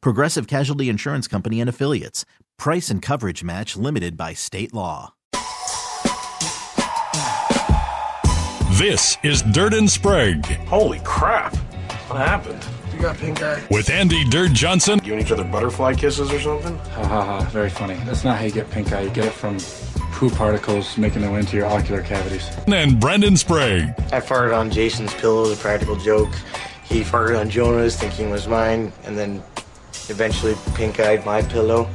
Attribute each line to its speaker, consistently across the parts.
Speaker 1: Progressive Casualty Insurance Company and Affiliates. Price and coverage match limited by state law.
Speaker 2: This is Dirt and Sprague
Speaker 3: Holy crap! What happened?
Speaker 4: You got pink eye?
Speaker 2: with Andy Dirt Johnson
Speaker 3: You and each other butterfly kisses or something?
Speaker 5: Ha ha ha, Ah, very funny. That's not how you get pink eye. You get it from poo particles making their way into your ocular cavities.
Speaker 2: and Brendan Sprague.
Speaker 6: I farted on Jason's pillow as a practical joke. He farted on Jonah's thinking it was mine, and then eventually pink eyed my pillow.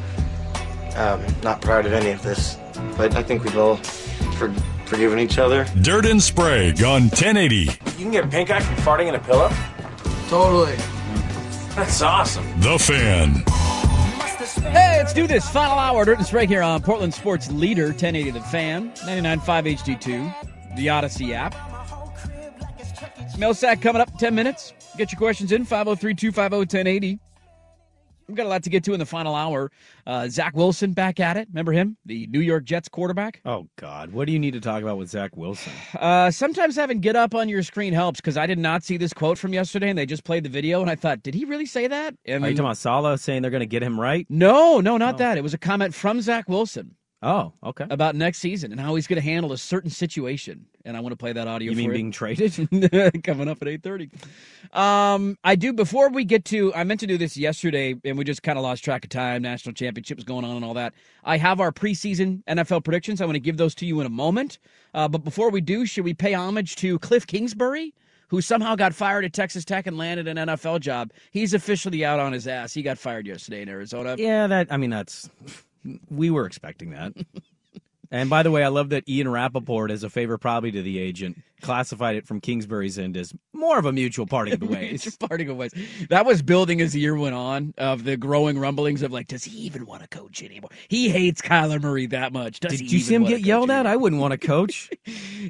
Speaker 6: Um, not proud of any of this, but I think we've all for- forgiven each other.
Speaker 2: Dirt and Sprague on 1080
Speaker 3: You can get pink eye from farting in a pillow?
Speaker 4: Totally.
Speaker 3: That's awesome.
Speaker 2: The Fan.
Speaker 7: Hey, let's do this. Final hour, Dirt and Sprague here on Portland Sports Leader, 1080 The Fan, 99.5 HD2, the Odyssey app. Mail sack coming up in 10 minutes. Get your questions in, 503-250-1080. We've got a lot to get to in the final hour. Uh, Zach Wilson back at it. Remember him? The New York Jets quarterback?
Speaker 8: Oh God, what do you need to talk about with Zach Wilson?
Speaker 7: Uh, sometimes having get up on your screen helps because I did not see this quote from yesterday and they just played the video and I thought, did he really say that? And
Speaker 8: Are you talking about Sala saying they're going to get him right?
Speaker 7: no, no, not that. It was a comment from Zach Wilson.
Speaker 8: Oh, okay.
Speaker 7: about next season and how he's going to handle a certain situation. And I want to play that audio
Speaker 8: You
Speaker 7: for
Speaker 8: mean
Speaker 7: you.
Speaker 8: being traded?
Speaker 7: coming up at 8.30 um, i do before we get to i meant to do this yesterday and we just kind of lost track of time national championships going on and all that i have our preseason nfl predictions i want to give those to you in a moment uh, but before we do should we pay homage to cliff kingsbury who somehow got fired at texas tech and landed an nfl job he's officially out on his ass he got fired yesterday in arizona
Speaker 8: yeah, that. I mean, that's. We were expecting that. and by the way, I love that Ian Rappaport, as a favor probably to the agent, classified it from Kingsbury's end as more of a mutual parting of the
Speaker 7: It's
Speaker 8: ways.
Speaker 7: just parting of ways. That was building as the year went on of the growing rumblings of like, does he even want to coach anymore? He hates Kyler Murray that much. Does
Speaker 8: Did
Speaker 7: he
Speaker 8: you
Speaker 7: even
Speaker 8: see him
Speaker 7: wanna
Speaker 8: get
Speaker 7: coach
Speaker 8: yelled at?
Speaker 7: anymore?
Speaker 8: I wouldn't want to coach.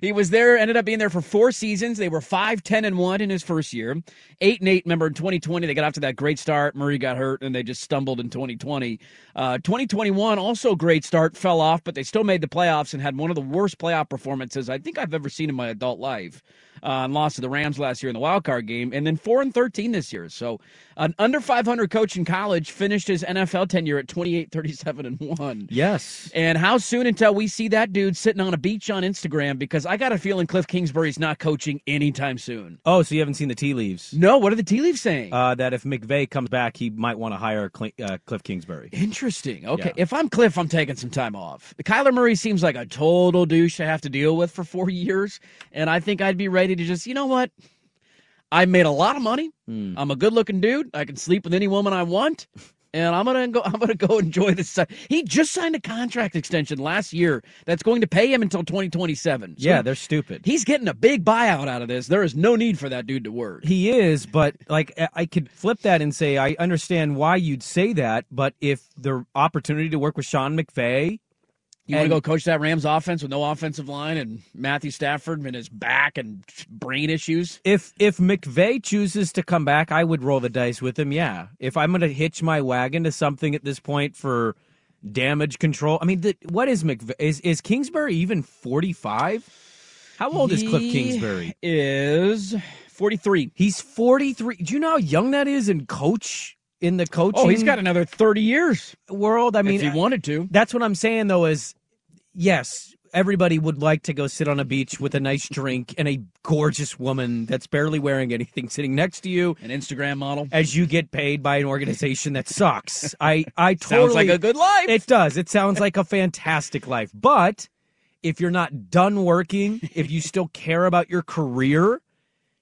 Speaker 7: He was there, ended up being there for four seasons. They were 5, 10, and 1 in his first year. 8 and 8, remember, in 2020, they got off to that great start. Murray got hurt, and they just stumbled in 2020. Uh, 2021, also great start, fell off, but they still made the playoffs and had one of the worst playoff performances I think I've ever seen in my adult life. Uh, and lost to the Rams last year in the wild card game, and then 4 and 13 this year. So, an under 500 coach in college finished his NFL tenure at 28, 37, and 1.
Speaker 8: yes.
Speaker 7: And how soon until we see that dude sitting on a beach on Instagram? Because I got a feeling Cliff Kingsbury's not coaching anytime soon.
Speaker 8: Oh, so you haven't seen the tea leaves?
Speaker 7: No, what are the tea leaves saying?
Speaker 8: Uh, that if McVeigh comes back, he might want to hire Cl- uh, Cliff Kingsbury.
Speaker 7: Interesting. Okay.
Speaker 8: Yeah.
Speaker 7: If I'm Cliff, I'm taking some time off. Kyler Murray seems like a total douche to have to deal with for four years. And I think I'd be ready to just, you know what? I made a lot of money.
Speaker 8: Hmm.
Speaker 7: I'm a good looking dude. I can sleep with any woman I want. And I'm gonna go. I'm gonna go enjoy this. si- He just signed a contract extension last year that's going to pay him until 2027. So
Speaker 8: yeah, they're stupid.
Speaker 7: He's getting a big buyout out of this. There is no need for that dude to work.
Speaker 8: He is, but like I- I could flip that and say I understand why you'd say that, but if the opportunity to work with Sean McVay,
Speaker 7: You want to
Speaker 8: And-
Speaker 7: go coach that Rams offense with no offensive line and Matthew Stafford and his back and brain issues?
Speaker 8: if if McVay chooses to come back, I would roll the dice with him. Yeah, if I'm going to hitch my wagon to something at this point for damage control, I mean, the, what is McVay? Is is Kingsbury even 45? How old is Cliff
Speaker 7: He
Speaker 8: Kingsbury?
Speaker 7: Is 43.
Speaker 8: He's 43. Do you know how young that is in coach in the coaching
Speaker 7: Oh, he's got another 30 years
Speaker 8: world? I mean,
Speaker 7: if he wanted to.
Speaker 8: That's what I'm saying though is yes, everybody would like to go sit on a beach with a nice drink and a gorgeous woman that's barely wearing anything sitting next to you,
Speaker 7: an Instagram model,
Speaker 8: as you get paid by an organization that sucks. I I totally
Speaker 7: Sounds like a good life.
Speaker 8: It does. It sounds like a fantastic life, but if you're not done working, if you still care about your career,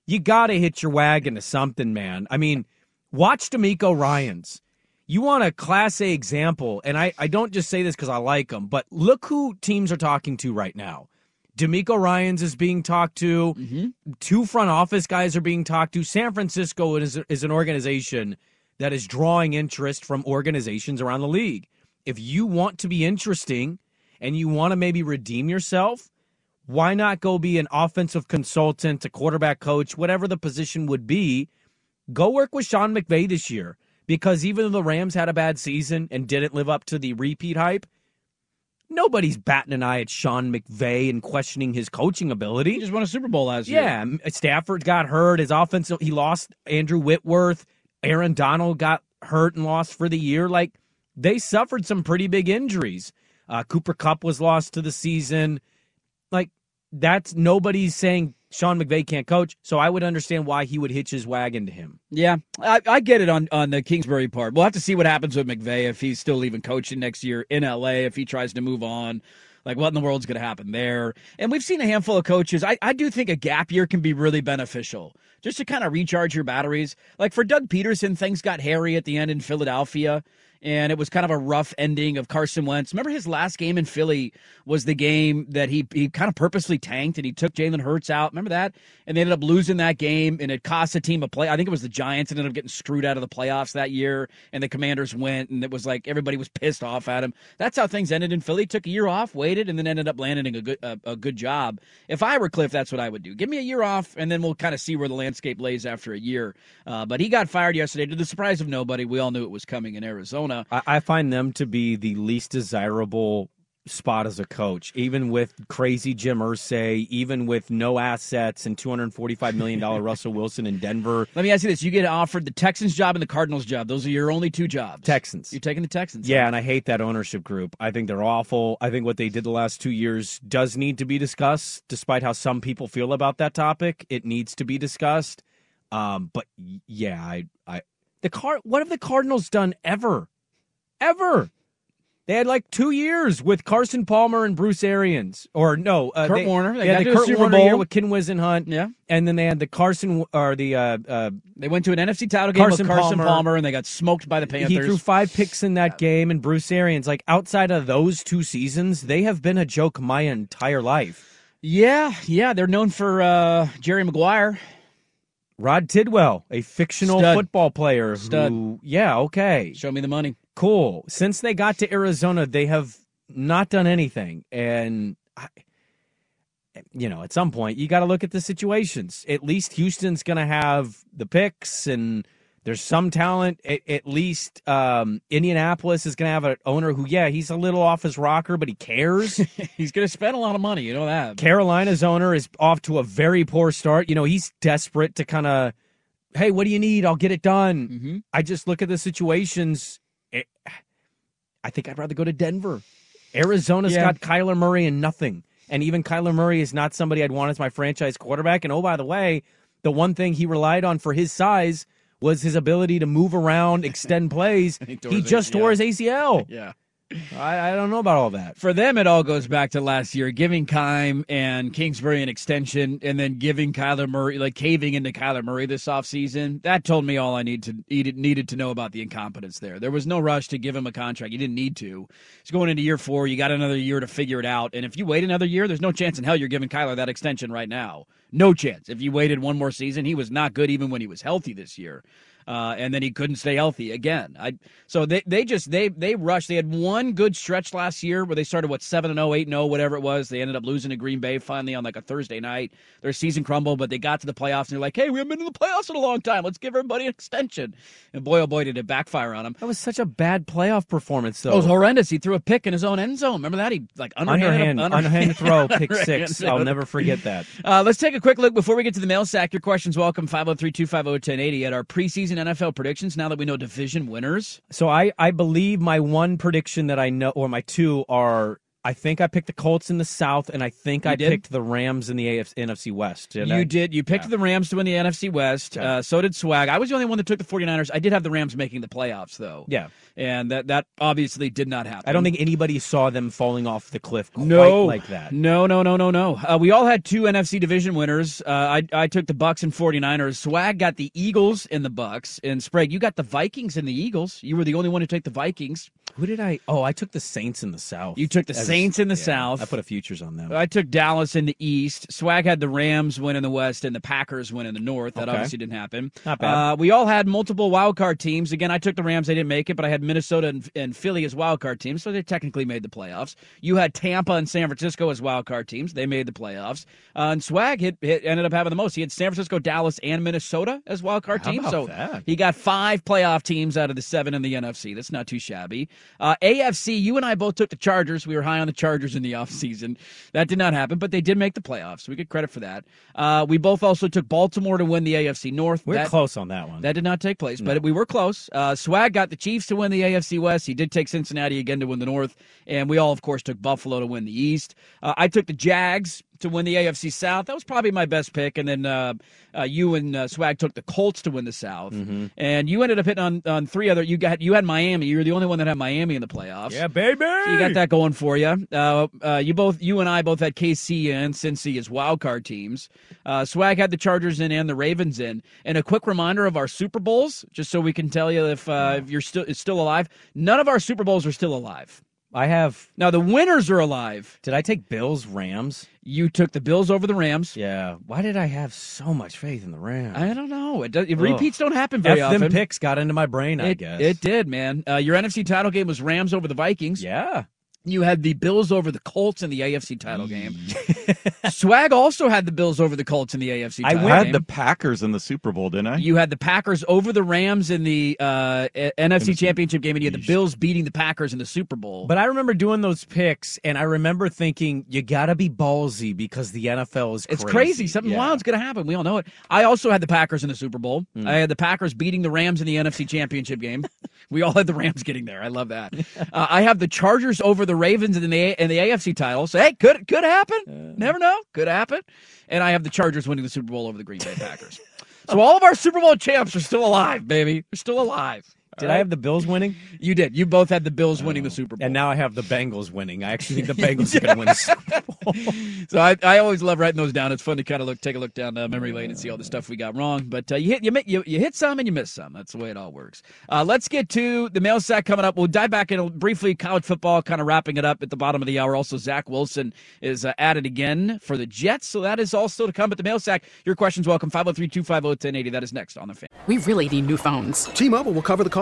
Speaker 8: you got to hit your wagon to something, man. I mean, watch D'Amico Ryans. You want a Class A example, and I, I don't just say this because I like him, but look who teams are talking to right now. D'Amico Ryans is being talked to. Two front office guys are being talked to. San Francisco is, is an organization that is drawing interest from organizations around the league. If you want to be interesting and you want to maybe redeem yourself, why not go be an offensive consultant, a quarterback coach, whatever the position would be? Go work with Sean McVay this year because even though the Rams had a bad season and didn't live up to the repeat hype, nobody's batting an eye at Sean McVay and questioning his coaching ability. He
Speaker 7: just won a Super Bowl last year.
Speaker 8: yeah, Stafford got hurt. His offensive, he lost Andrew Whitworth. Aaron Donald got hurt and lost for the year. Like they suffered some pretty big injuries. Uh, Cooper Cup was lost to the season. Like that's nobody's saying Sean McVay can't coach. So I would understand why he would hitch his wagon to him.
Speaker 7: Yeah, I, I get it on, on the Kingsbury part. We'll have to see what happens with McVay if he's still even coaching next year in LA, if he tries to move on. Like, what in the world's going to happen there? And we've seen a handful of coaches. I, I do think a gap year can be really beneficial just to kind of recharge your batteries. Like for Doug Peterson, things got hairy at the end in Philadelphia, and it was kind of a rough ending of Carson Wentz. Remember his last game in Philly was the game that he he kind of purposely tanked and he took Jalen Hurts out. Remember that? And they ended up losing that game, and it cost the team a play. I think it was the Giants ended up getting screwed out of the playoffs that year, and the Commanders went, and it was like everybody was pissed off at him. That's how things ended in Philly. Took a year off, waited, and then ended up landing a good a, a good job. If I were Cliff, that's what I would do. Give me a year off, and then we'll kind of see where the landscape lays after a year. Uh, but he got fired yesterday to the surprise of nobody. We all knew it was coming in Arizona.
Speaker 8: I, I find them to be the least desirable spot as a coach, even with crazy Jim Irsay, even with no assets and two hundred forty-five million dollar Russell Wilson in Denver.
Speaker 7: Let me ask you this: You get offered the Texans job and the Cardinals job. Those are your only two jobs.
Speaker 8: Texans.
Speaker 7: You're taking the Texans.
Speaker 8: Yeah, and I hate that ownership group. I think they're awful. I think what they did the last two years does need to be discussed, despite how some people feel about that topic. It needs to be discussed. Um, but y- yeah, I, I, the car. What have the Cardinals done ever, ever? They had like two years with Carson Palmer and Bruce Arians, or no, uh,
Speaker 7: Kurt
Speaker 8: they-
Speaker 7: Warner. They
Speaker 8: They,
Speaker 7: got
Speaker 8: had
Speaker 7: to
Speaker 8: the
Speaker 7: the
Speaker 8: Kurt
Speaker 7: Super
Speaker 8: Warner
Speaker 7: Bowl.
Speaker 8: year with Kinwiz and Hunt.
Speaker 7: Yeah.
Speaker 8: and then they had the Carson or the uh, uh,
Speaker 7: They went to an NFC title game
Speaker 8: Carson
Speaker 7: with Carson
Speaker 8: Palmer.
Speaker 7: Palmer. and they got smoked by the Panthers.
Speaker 8: He threw five picks in that game, and Bruce Arians, like outside of those two seasons, they have been a joke my entire life.
Speaker 7: yeah, yeah, they're known for uh, Jerry Maguire.
Speaker 8: Rod Tidwell, a fictional
Speaker 7: Stud.
Speaker 8: football player
Speaker 7: Stud.
Speaker 8: who, yeah, okay,
Speaker 7: Show me the money.
Speaker 8: cool. Since they got to Arizona, they have not done anything, and I, you know, at some point, you got to look at the situations. At least Houston's going to have the picks and. There's some talent. At, at least um, Indianapolis is going to have an owner who, yeah, he's a little off his rocker, but he cares.
Speaker 7: He's going to spend a lot of money. You know that.
Speaker 8: Carolina's owner is off to a very poor start. You know, he's desperate to kind of, hey, what do you need? I'll get it done.
Speaker 7: Mhm.
Speaker 8: I just look at the situations. It- I think I'd rather go to Denver. Arizona's
Speaker 7: Yeah.
Speaker 8: got Kyler Murray and nothing. And even Kyler Murray is not somebody I'd want as my franchise quarterback. And oh, by the way, the one thing he relied on for his size was his ability to move around, extend plays.
Speaker 7: He
Speaker 8: he
Speaker 7: tore his
Speaker 8: just tore his ACL.
Speaker 7: Yeah.
Speaker 8: I, I don't know about all that.
Speaker 7: For them, it all goes back to last year giving Kime and Kingsbury an extension and then giving Kyler Murray, like caving into Kyler Murray this offseason. That told me all I need to, needed, needed to know about the incompetence there. There was no rush to give him a contract. You didn't need to. He's going into year four. You got another year to figure it out. And if you wait another year, there's no chance in hell you're giving Kyler that extension right now. No chance. If you waited one more season, he was not good even when he was healthy this year uh, and then he couldn't stay healthy again. I so they they just they they rushed. They had one good stretch last year where they started what seven and 8 and 0, whatever it was. They ended up losing to Green Bay finally on like a Thursday night. Their season crumbled, but they got to the playoffs and they're like, hey, we haven't been to the playoffs in a long time. Let's give everybody an extension. And boy, oh boy, did it backfire on him.
Speaker 8: That was such a bad playoff performance, though.
Speaker 7: It was horrendous. He threw a pick in his own end zone. Remember that? He like underhanded,
Speaker 8: underhand,
Speaker 7: a-
Speaker 8: underhand throw, pick six.
Speaker 7: underhand
Speaker 8: I'll
Speaker 7: throw.
Speaker 8: never forget that.
Speaker 7: Uh, let's take a quick look before we get to the mail sack. Your questions welcome 503 250 1080 at our preseason NFL predictions now that we know division winners.
Speaker 8: So I, I believe my one prediction that I know, or my two, are I think I picked the Colts in the South, and I think
Speaker 7: You
Speaker 8: I
Speaker 7: did?
Speaker 8: picked the Rams in the AFC, NFC West.
Speaker 7: you did. You picked the Rams to win the NFC West. Uh, so did Swag. I was the only one that took the 49ers. I did have the Rams making the playoffs, though.
Speaker 8: Yeah.
Speaker 7: And that, that obviously did not happen.
Speaker 8: I don't think anybody saw them falling off the cliff quite
Speaker 7: no,
Speaker 8: like that.
Speaker 7: No, no, no, no, no. Uh, we all had two NFC division winners. Uh, I, I took the Bucks and 49ers. Swag got the Eagles and the Bucks. And Sprague, you got the Vikings and the Eagles. You were the only one who took the Vikings.
Speaker 8: Who did I? Oh, I took the Saints in the South.
Speaker 7: You took the
Speaker 8: As-
Speaker 7: Saints in the
Speaker 8: Oh, yeah,
Speaker 7: South.
Speaker 8: I put a futures on them.
Speaker 7: I took Dallas in the East. Swag had the Rams win in the West and the Packers win in the North. That
Speaker 8: Okay.
Speaker 7: obviously didn't happen.
Speaker 8: Not bad.
Speaker 7: Uh, we all had multiple wild card teams. Again, I took the Rams. They didn't make it, but I had Minnesota and, and Philly as wild card teams, so they technically made the playoffs. You had Tampa and San Francisco as wild card teams. They made the playoffs. Uh, and Swag hit, hit, ended up having the most. He had San Francisco, Dallas, and Minnesota as wild card
Speaker 8: How
Speaker 7: teams.
Speaker 8: about
Speaker 7: so
Speaker 8: that?
Speaker 7: he got five playoff teams out of the seven in the NFC. That's not too shabby. Uh, AFC, you and I both took the Chargers. We were high on the Chargers in the offseason. That did not happen, but they did make the playoffs. We get credit for that. Uh, we both also took Baltimore to win the AFC North.
Speaker 8: We're
Speaker 7: That-
Speaker 8: close on that one.
Speaker 7: That did not take place, but we were close. Uh, Swag got the Chiefs to win the AFC West. He did take Cincinnati again to win the North. And we all, of course, took Buffalo to win the East. Uh, I took the Jags to win the AFC South. That was probably my best pick. And then uh, uh, you and uh, Swag took the Colts to win the South.
Speaker 8: Mm-hmm.
Speaker 7: And you ended up hitting on, on three other. You got you had Miami. You were the only one that had Miami in the playoffs.
Speaker 8: yeah, baby.
Speaker 7: So you got that going for you. Uh, uh, you both, you and I both had KC and Cincy as wild card teams. Uh, Swag had the Chargers in and the Ravens in. And a quick reminder of our Super Bowls, just so we can tell you if uh, if you're still still alive. None of our Super Bowls are still alive.
Speaker 8: I have.
Speaker 7: Now the winners are alive.
Speaker 8: Did I take Bills Rams?
Speaker 7: You took the Bills over the Rams.
Speaker 8: Yeah. Why did I have so much faith in the Rams?
Speaker 7: I don't know. It does, repeats don't happen very
Speaker 8: F
Speaker 7: often.
Speaker 8: them picks got into my brain. I
Speaker 7: it,
Speaker 8: guess
Speaker 7: it did, man. Uh, your NFC title game was Rams over the Vikings.
Speaker 8: Yeah.
Speaker 7: You had the Bills over the Colts in the AFC title game. Swag also had the Bills over the Colts in the AFC
Speaker 8: I
Speaker 7: title
Speaker 8: went-
Speaker 9: I
Speaker 7: game.
Speaker 9: had the Packers in the Super Bowl, didn't I?
Speaker 7: you had the Packers over the Rams in the uh, A- NFC Championship game, and you had the Bills beating the Packers in the Super Bowl.
Speaker 8: But I remember doing those picks, and I remember thinking, "You gotta be ballsy because the NFL is
Speaker 7: it's
Speaker 8: crazy.
Speaker 7: crazy. Something
Speaker 8: Yeah.
Speaker 7: wild's going to happen. We all know it. I also had the Packers in the Super Bowl. I had the Packers beating the Rams in the NFC Championship game. we all had the Rams getting there. I love that. Uh, I have the Chargers over the Ravens in the A- in the AFC title. So hey, could could happen. Never know. Could happen. And I have the Chargers winning the Super Bowl over the Green Bay Packers. so all of our Super Bowl champs are still alive, baby. They're still alive.
Speaker 8: Did
Speaker 7: All right?
Speaker 8: I have the Bills winning?
Speaker 7: You did. You both had the Bills winning the Super Bowl.
Speaker 8: And now I have the Bengals winning. I actually think the Bengals are going to win. the Super Bowl.
Speaker 7: So I, I always love writing those down. It's fun to kind of look, take a look down uh, memory lane and see all the stuff we got wrong. But uh, you hit, you, mi- you you hit some and you miss some. That's the way it all works. Uh, let's get to the mail sack coming up. We'll dive back in briefly college football, kind of wrapping it up at the bottom of the hour. Also, Zach Wilson is uh, added again for the Jets, so that is also to come at the mail sack. Your questions welcome 503-250-1080. That is next on the fan.
Speaker 10: We really need new phones.
Speaker 11: T-Mobile will cover the cost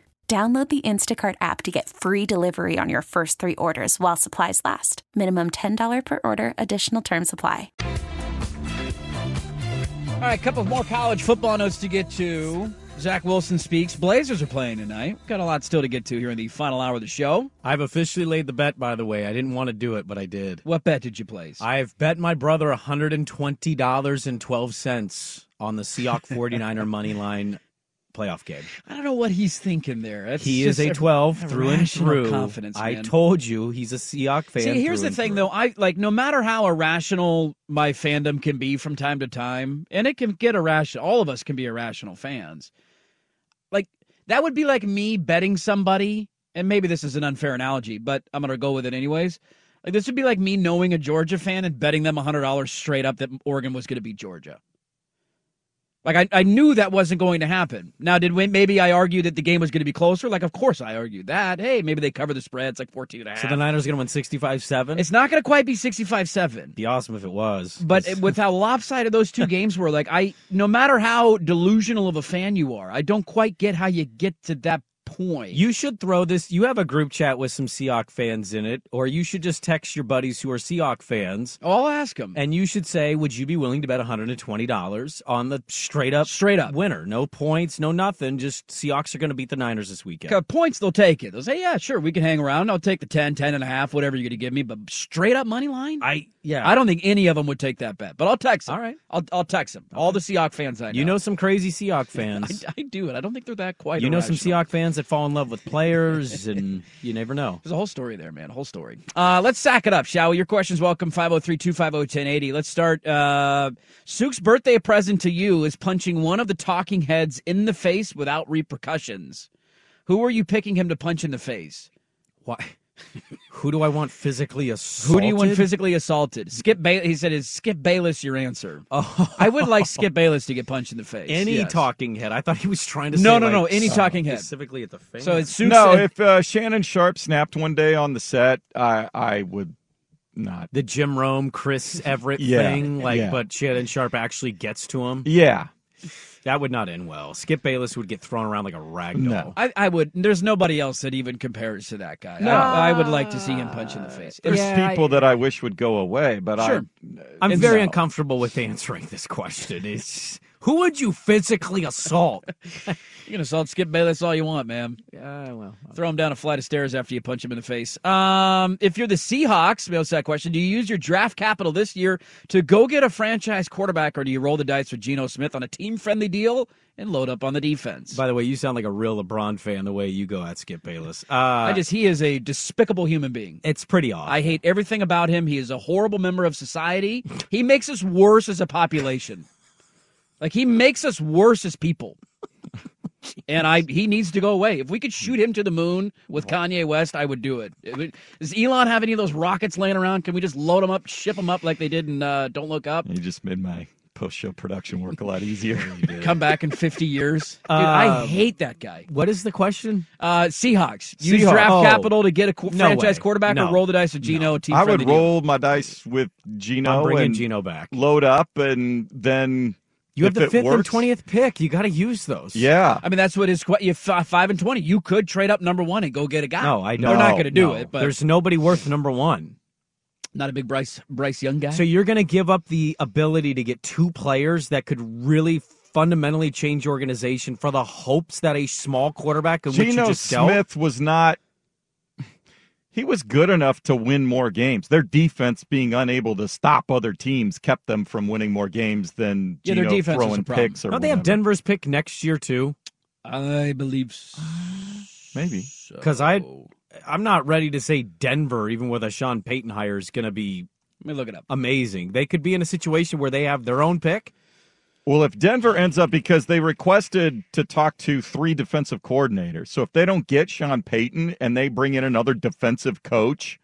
Speaker 12: Download the Instacart app to get free delivery on your first three orders while supplies last. Minimum $10 per order, additional term supply.
Speaker 7: All right, a couple more college football notes to get to. Zach Wilson speaks. Blazers are playing tonight. Got a lot still to get to here in the final hour of the show.
Speaker 8: I've officially laid the bet, by the way. I didn't want to do it, but I did.
Speaker 7: What bet did you place?
Speaker 8: I've bet my brother $120.12 on the Seahawks 49er money line playoff game.
Speaker 7: I don't know what he's thinking there. That's
Speaker 8: he is
Speaker 7: just
Speaker 8: a 12
Speaker 7: ir-
Speaker 8: through and
Speaker 7: irrational
Speaker 8: through.
Speaker 7: Confidence.
Speaker 8: I
Speaker 7: man.
Speaker 8: told you he's a Seahawks fan.
Speaker 7: See, here's
Speaker 8: through
Speaker 7: the
Speaker 8: and
Speaker 7: thing,
Speaker 8: through.
Speaker 7: though. I like no matter how irrational my fandom can be from time to time, and it can get irrational. All of us can be irrational fans. Like that would be like me betting somebody, and maybe this is an unfair analogy, but I'm gonna go with it anyways. Like this would be like me knowing a Georgia fan and betting them hundred dollars straight up that Oregon was gonna beat Georgia. Like I, I knew that wasn't going to happen. Now, did we, maybe I argued that the game was going to be closer? Like, of course I argued that. Hey, maybe they cover the spread. It's like 14 and a half.
Speaker 8: So the Niners going to win 65 7.
Speaker 7: It's not going to quite be 65 7.
Speaker 8: be awesome if it was.
Speaker 7: But it- with how lopsided those two games were, like, I, no matter how delusional of a fan you are, I don't quite get how you get to that point.
Speaker 8: You should throw this. You have a group chat with some Seahawks fans in it, or you should just text your buddies who are Seahawks fans.
Speaker 7: I'll ask them.
Speaker 8: And you should say, would you be willing to bet $120 on the straight up
Speaker 7: straight up
Speaker 8: winner? No points, no nothing. Just Seahawks are going to beat the Niners this weekend.
Speaker 7: Uh, Points, they'll take it. They'll say, yeah, sure, we can hang around. I'll take the 10, 10 and a half, whatever you're going to give me. But straight up money line?
Speaker 8: I, yeah.
Speaker 7: I don't think any of them would take that bet, but I'll text them.
Speaker 8: All right.
Speaker 7: I'll, I'll text them. All the Seahawks fans I know.
Speaker 8: You know some crazy Seahawks fans.
Speaker 7: I, I do it. I don't think they're that quite
Speaker 8: you know some
Speaker 7: irrational.
Speaker 8: Seahawks fans that fall in love with players, and you never know.
Speaker 7: There's a whole story there, man. A whole story. Uh, let's sack it up, shall we? Your questions welcome 503 250 1080. Let's start. Uh, Sook's birthday present to you is punching one of the talking heads in the face without repercussions. Who are you picking him to punch in the face?
Speaker 8: Why? Who do I want physically assaulted?
Speaker 7: Who do you want physically assaulted? Skip Bayless. He said, "Is Skip Bayless your answer?"
Speaker 8: Oh.
Speaker 7: I would like Skip Bayless to get punched in the face.
Speaker 8: Any
Speaker 7: yes.
Speaker 8: talking head. I thought he was trying to
Speaker 7: No,
Speaker 8: say,
Speaker 7: no,
Speaker 8: like,
Speaker 7: no, any
Speaker 8: uh,
Speaker 7: talking head.
Speaker 8: Specifically at the fan.
Speaker 7: So it's Sooks
Speaker 9: no,
Speaker 7: and-
Speaker 9: if uh, Shannon Sharp snapped one day on the set, I I would not.
Speaker 8: the Jim Rome, Chris Everett
Speaker 9: Yeah,
Speaker 8: thing, like,
Speaker 9: yeah.
Speaker 8: but Shannon Sharp actually gets to him.
Speaker 9: Yeah.
Speaker 8: That would not end well. Skip Bayless would get thrown around like a rag doll.
Speaker 9: No.
Speaker 7: I, I would. There's nobody else that even compares to that guy.
Speaker 9: No.
Speaker 7: I, I would like to see him punch in the face.
Speaker 9: There's
Speaker 8: Yeah,
Speaker 9: people that I wish would go away, but
Speaker 7: Sure.
Speaker 9: I
Speaker 8: I'm very
Speaker 9: No.
Speaker 8: uncomfortable with answering this question. It's who would you physically assault?
Speaker 7: You can assault Skip Bayless all you want, man.
Speaker 8: Yeah, well,
Speaker 7: Throw him down a flight of stairs after you punch him in the face. Um, if you're the Seahawks, we asked that question. Do you use your draft capital this year to go get a franchise quarterback, or do you roll the dice with Geno Smith on a team-friendly deal and load up on the defense?
Speaker 8: By the way, you sound like a real LeBron fan the way you go at Skip Bayless. Uh,
Speaker 7: I just he is a despicable human being.
Speaker 8: it's pretty off.
Speaker 7: I hate everything about him. He is a horrible member of society. He makes us worse as a population. Like he makes us worse as people. And I he needs to go away. If we could shoot him to the moon with Kanye West, I would do it. It would- Does Elon have any of those rockets laying around? Can we just load them up, ship them up like they did in uh, Don't Look Up?
Speaker 9: You just made my post show production work a lot easier.
Speaker 7: Come back in 50 years. Dude, I
Speaker 8: Um,
Speaker 7: hate that guy.
Speaker 8: what is the question?
Speaker 7: Uh, Seahawks. Use
Speaker 8: Seahawks.
Speaker 7: draft
Speaker 8: Oh.
Speaker 7: capital to get a qu-
Speaker 8: No
Speaker 7: franchise
Speaker 8: way.
Speaker 7: quarterback
Speaker 8: No.
Speaker 7: or roll the dice with Geno. team
Speaker 9: I would
Speaker 7: friendly deal?
Speaker 9: roll my dice with Gino
Speaker 8: I'm bringing
Speaker 9: and
Speaker 8: Geno back.
Speaker 9: load up, and then
Speaker 8: You have
Speaker 9: if
Speaker 8: the
Speaker 9: it
Speaker 8: fifth and
Speaker 9: works-
Speaker 8: twentieth pick. You got to use those.
Speaker 9: Yeah,
Speaker 7: I mean, that's what his you fi- five and twenty. You could trade up number one and go get a guy.
Speaker 8: No, I
Speaker 7: They're
Speaker 8: don't.
Speaker 7: not going to do
Speaker 8: No.
Speaker 7: it. But
Speaker 8: There's nobody worth number one.
Speaker 7: not a big Bryce Bryce Young guy.
Speaker 8: So you're going to give up the ability to get two players that could really fundamentally change your organization for the hopes that a small quarterback in which you
Speaker 9: Geno
Speaker 8: just dealt.
Speaker 9: Smith was not. He was good enough to win more games. Their defense being unable to stop other teams kept them from winning more games than
Speaker 7: Yeah, their
Speaker 9: Geno
Speaker 7: defense was the
Speaker 9: throwing
Speaker 7: problem.
Speaker 9: picks or
Speaker 8: Don't they have
Speaker 9: whatever.
Speaker 8: Denver's pick next year too?
Speaker 7: I believe
Speaker 9: Maybe
Speaker 8: Because I,
Speaker 7: Oh.
Speaker 8: I'm not ready to say Denver, even with a Sean Payton hire, is going to be
Speaker 7: Let me look it up.
Speaker 8: amazing. They could be in a situation where they have their own pick.
Speaker 9: Well, if Denver ends up because they requested to talk to three defensive coordinators, so if they don't get Sean Payton and they bring in another defensive coach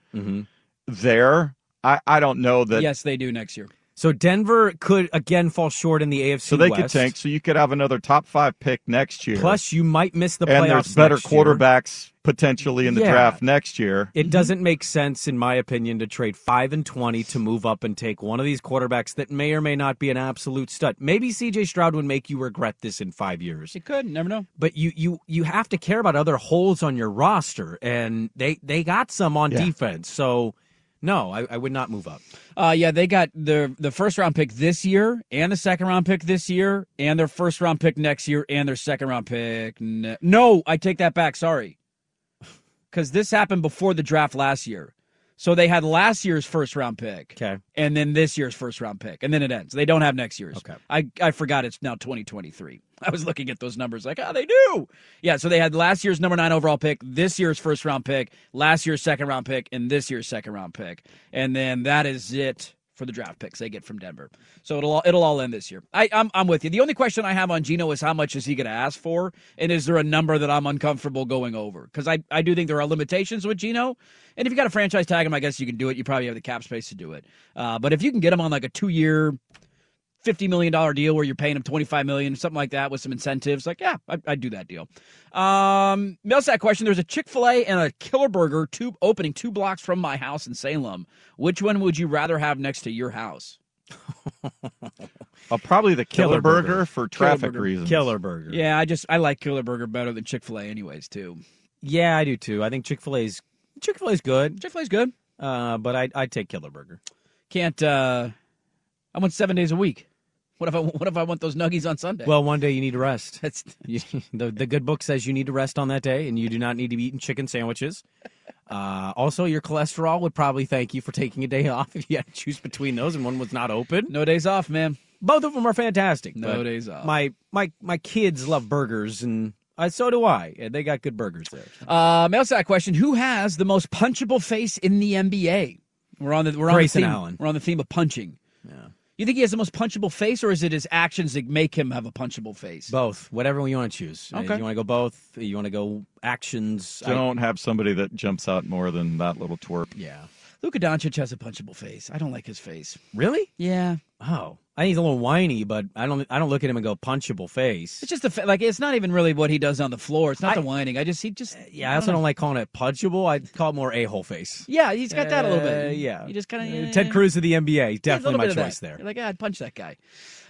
Speaker 9: there, I, I don't know that.
Speaker 7: yes, they do next year.
Speaker 8: So Denver could again fall short in the AFC.
Speaker 9: so they could
Speaker 8: West.
Speaker 9: tank. So you could have another top five pick next year.
Speaker 8: Plus, you might miss the playoffs.
Speaker 9: and there's better
Speaker 8: next year.
Speaker 9: quarterbacks potentially in the
Speaker 8: Yeah.
Speaker 9: draft next year.
Speaker 8: It doesn't make sense, in my opinion, to trade five and twenty to move up and take one of these quarterbacks that may or may not be an absolute stud. Maybe CJ Stroud would make you regret this in five years.
Speaker 7: It could. Never know.
Speaker 8: But you you you have to care about other holes on your roster, and they they got some on
Speaker 9: Yeah.
Speaker 8: defense. So No, I, I would not move up.
Speaker 7: Uh, yeah, they got the the first round pick this year, and the second round pick this year, and their first round pick next year, and their second round pick. Ne- no, I take that back. Sorry, because this happened before the draft last year, so they had last year's first round pick,
Speaker 8: okay,
Speaker 7: and then this year's first round pick, and then it ends. They don't have next year's.
Speaker 8: Okay.
Speaker 7: I I forgot it's now 2023. I was looking at those numbers like, oh, they do. Yeah, so they had last year's number nine overall pick, this year's first round pick, last year's second round pick, and this year's second round pick, and then that is it for the draft picks they get from Denver. So it'll all, it'll all end this year. I I'm I'm with you. The only question I have on Gino is how much is he going to ask for, and is there a number that I'm uncomfortable going over? Because I I do think there are limitations with Gino, and if you got a franchise tag him, I guess you can do it. You probably have the cap space to do it. Uh, but if you can get him on like a two year. $50 million deal where you're paying him $25 million, something like that, with some incentives. Like, yeah, I'd, I'd do that deal. Um, mail sack question. There's a Chick fil A and a Killer Burger two, opening two blocks from my house in Salem. Which one would you rather have next to your house?
Speaker 9: Uh, probably the Killer,
Speaker 7: Killer
Speaker 9: burger,
Speaker 7: Burger.
Speaker 9: for
Speaker 7: Killer
Speaker 9: traffic
Speaker 7: Burger.
Speaker 9: reasons.
Speaker 8: Killer Burger.
Speaker 7: Yeah, I just, I like Killer Burger better than Chick fil A, anyways, too.
Speaker 8: Yeah, I do too. I think Chick Fil A's Chick Fil A's good.
Speaker 7: Chick Fil A's good.
Speaker 8: Uh, but I I take Killer Burger.
Speaker 7: Can't, uh, I want seven days a week. What if I, what if I want those nuggies on Sunday?
Speaker 8: Well, one day you need to rest.
Speaker 7: That's
Speaker 8: you, the the good book says you need to rest on that day, and you do not need to be eating chicken sandwiches. Uh, also, your cholesterol would probably thank you for taking a day off if you had to choose between those, and one was not open.
Speaker 7: No days off, man.
Speaker 8: Both of them are fantastic.
Speaker 7: No
Speaker 8: but
Speaker 7: days off.
Speaker 8: My my my kids love burgers, and I, so do I. And they got good burgers there.
Speaker 7: Uh, mail sack question: Who has the most punchable face in the NBA? We're on the we're
Speaker 8: Grayson
Speaker 7: on the theme.
Speaker 8: Allen.
Speaker 7: We're on the theme of punching.
Speaker 8: Yeah.
Speaker 7: You think he has the most punchable face, or is it his actions that make him have a punchable face?
Speaker 8: Both, whatever you want to choose. Uh,
Speaker 7: Okay.
Speaker 8: You want to go both. You want to go actions. I-
Speaker 9: Don't have somebody that jumps out more than that little twerp.
Speaker 8: Yeah.
Speaker 7: Luka Doncic has a punchable face. I don't like his face.
Speaker 8: Really?
Speaker 7: Yeah.
Speaker 8: Oh, I think he's a little whiny, but I don't. I don't look at him and go punchable face.
Speaker 7: It's just the fa- like it's not even really what he does on the floor. It's not the whining. I just he just
Speaker 8: Yeah, I also don't like calling it punchable. I would call it more a hole face.
Speaker 7: Yeah, he's got that a little
Speaker 8: Uh,
Speaker 7: bit.
Speaker 8: yeah. Uh,
Speaker 7: you just kind of
Speaker 8: Ted Cruz of the NBA,
Speaker 7: Yeah, a little
Speaker 8: definitely my
Speaker 7: bit of
Speaker 8: choice
Speaker 7: that.
Speaker 8: there.
Speaker 7: You're like, ah, I'd punch that guy.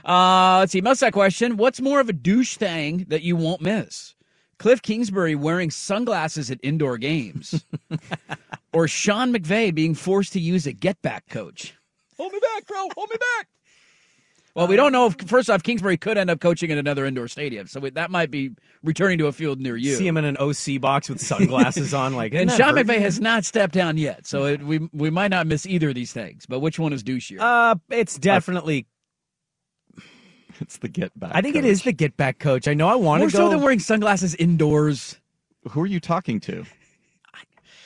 Speaker 7: Uh, let's see. Most that question. What's more of a douche thing that you won't miss? Cliff Kingsbury wearing sunglasses at indoor games, or Sean McVay being forced to use a get back coach. Hold me back, bro. Hold me back. Well, we don't know. If, first off, Kingsbury could end up coaching in another indoor stadium, so that might be returning to a field near you.
Speaker 8: See him in an OC box with sunglasses on, like
Speaker 7: and
Speaker 8: isn't that
Speaker 7: Sean
Speaker 8: Virgil?
Speaker 7: McVay has not stepped down yet, so it, we we might not miss either of these things. But which one is douchier?
Speaker 8: Uh, it's definitely.
Speaker 9: It's the get back.
Speaker 8: I think it is the get back coach. I know I want
Speaker 7: More
Speaker 8: to
Speaker 7: so
Speaker 8: go.
Speaker 7: than wearing sunglasses indoors.
Speaker 9: Who are you talking to?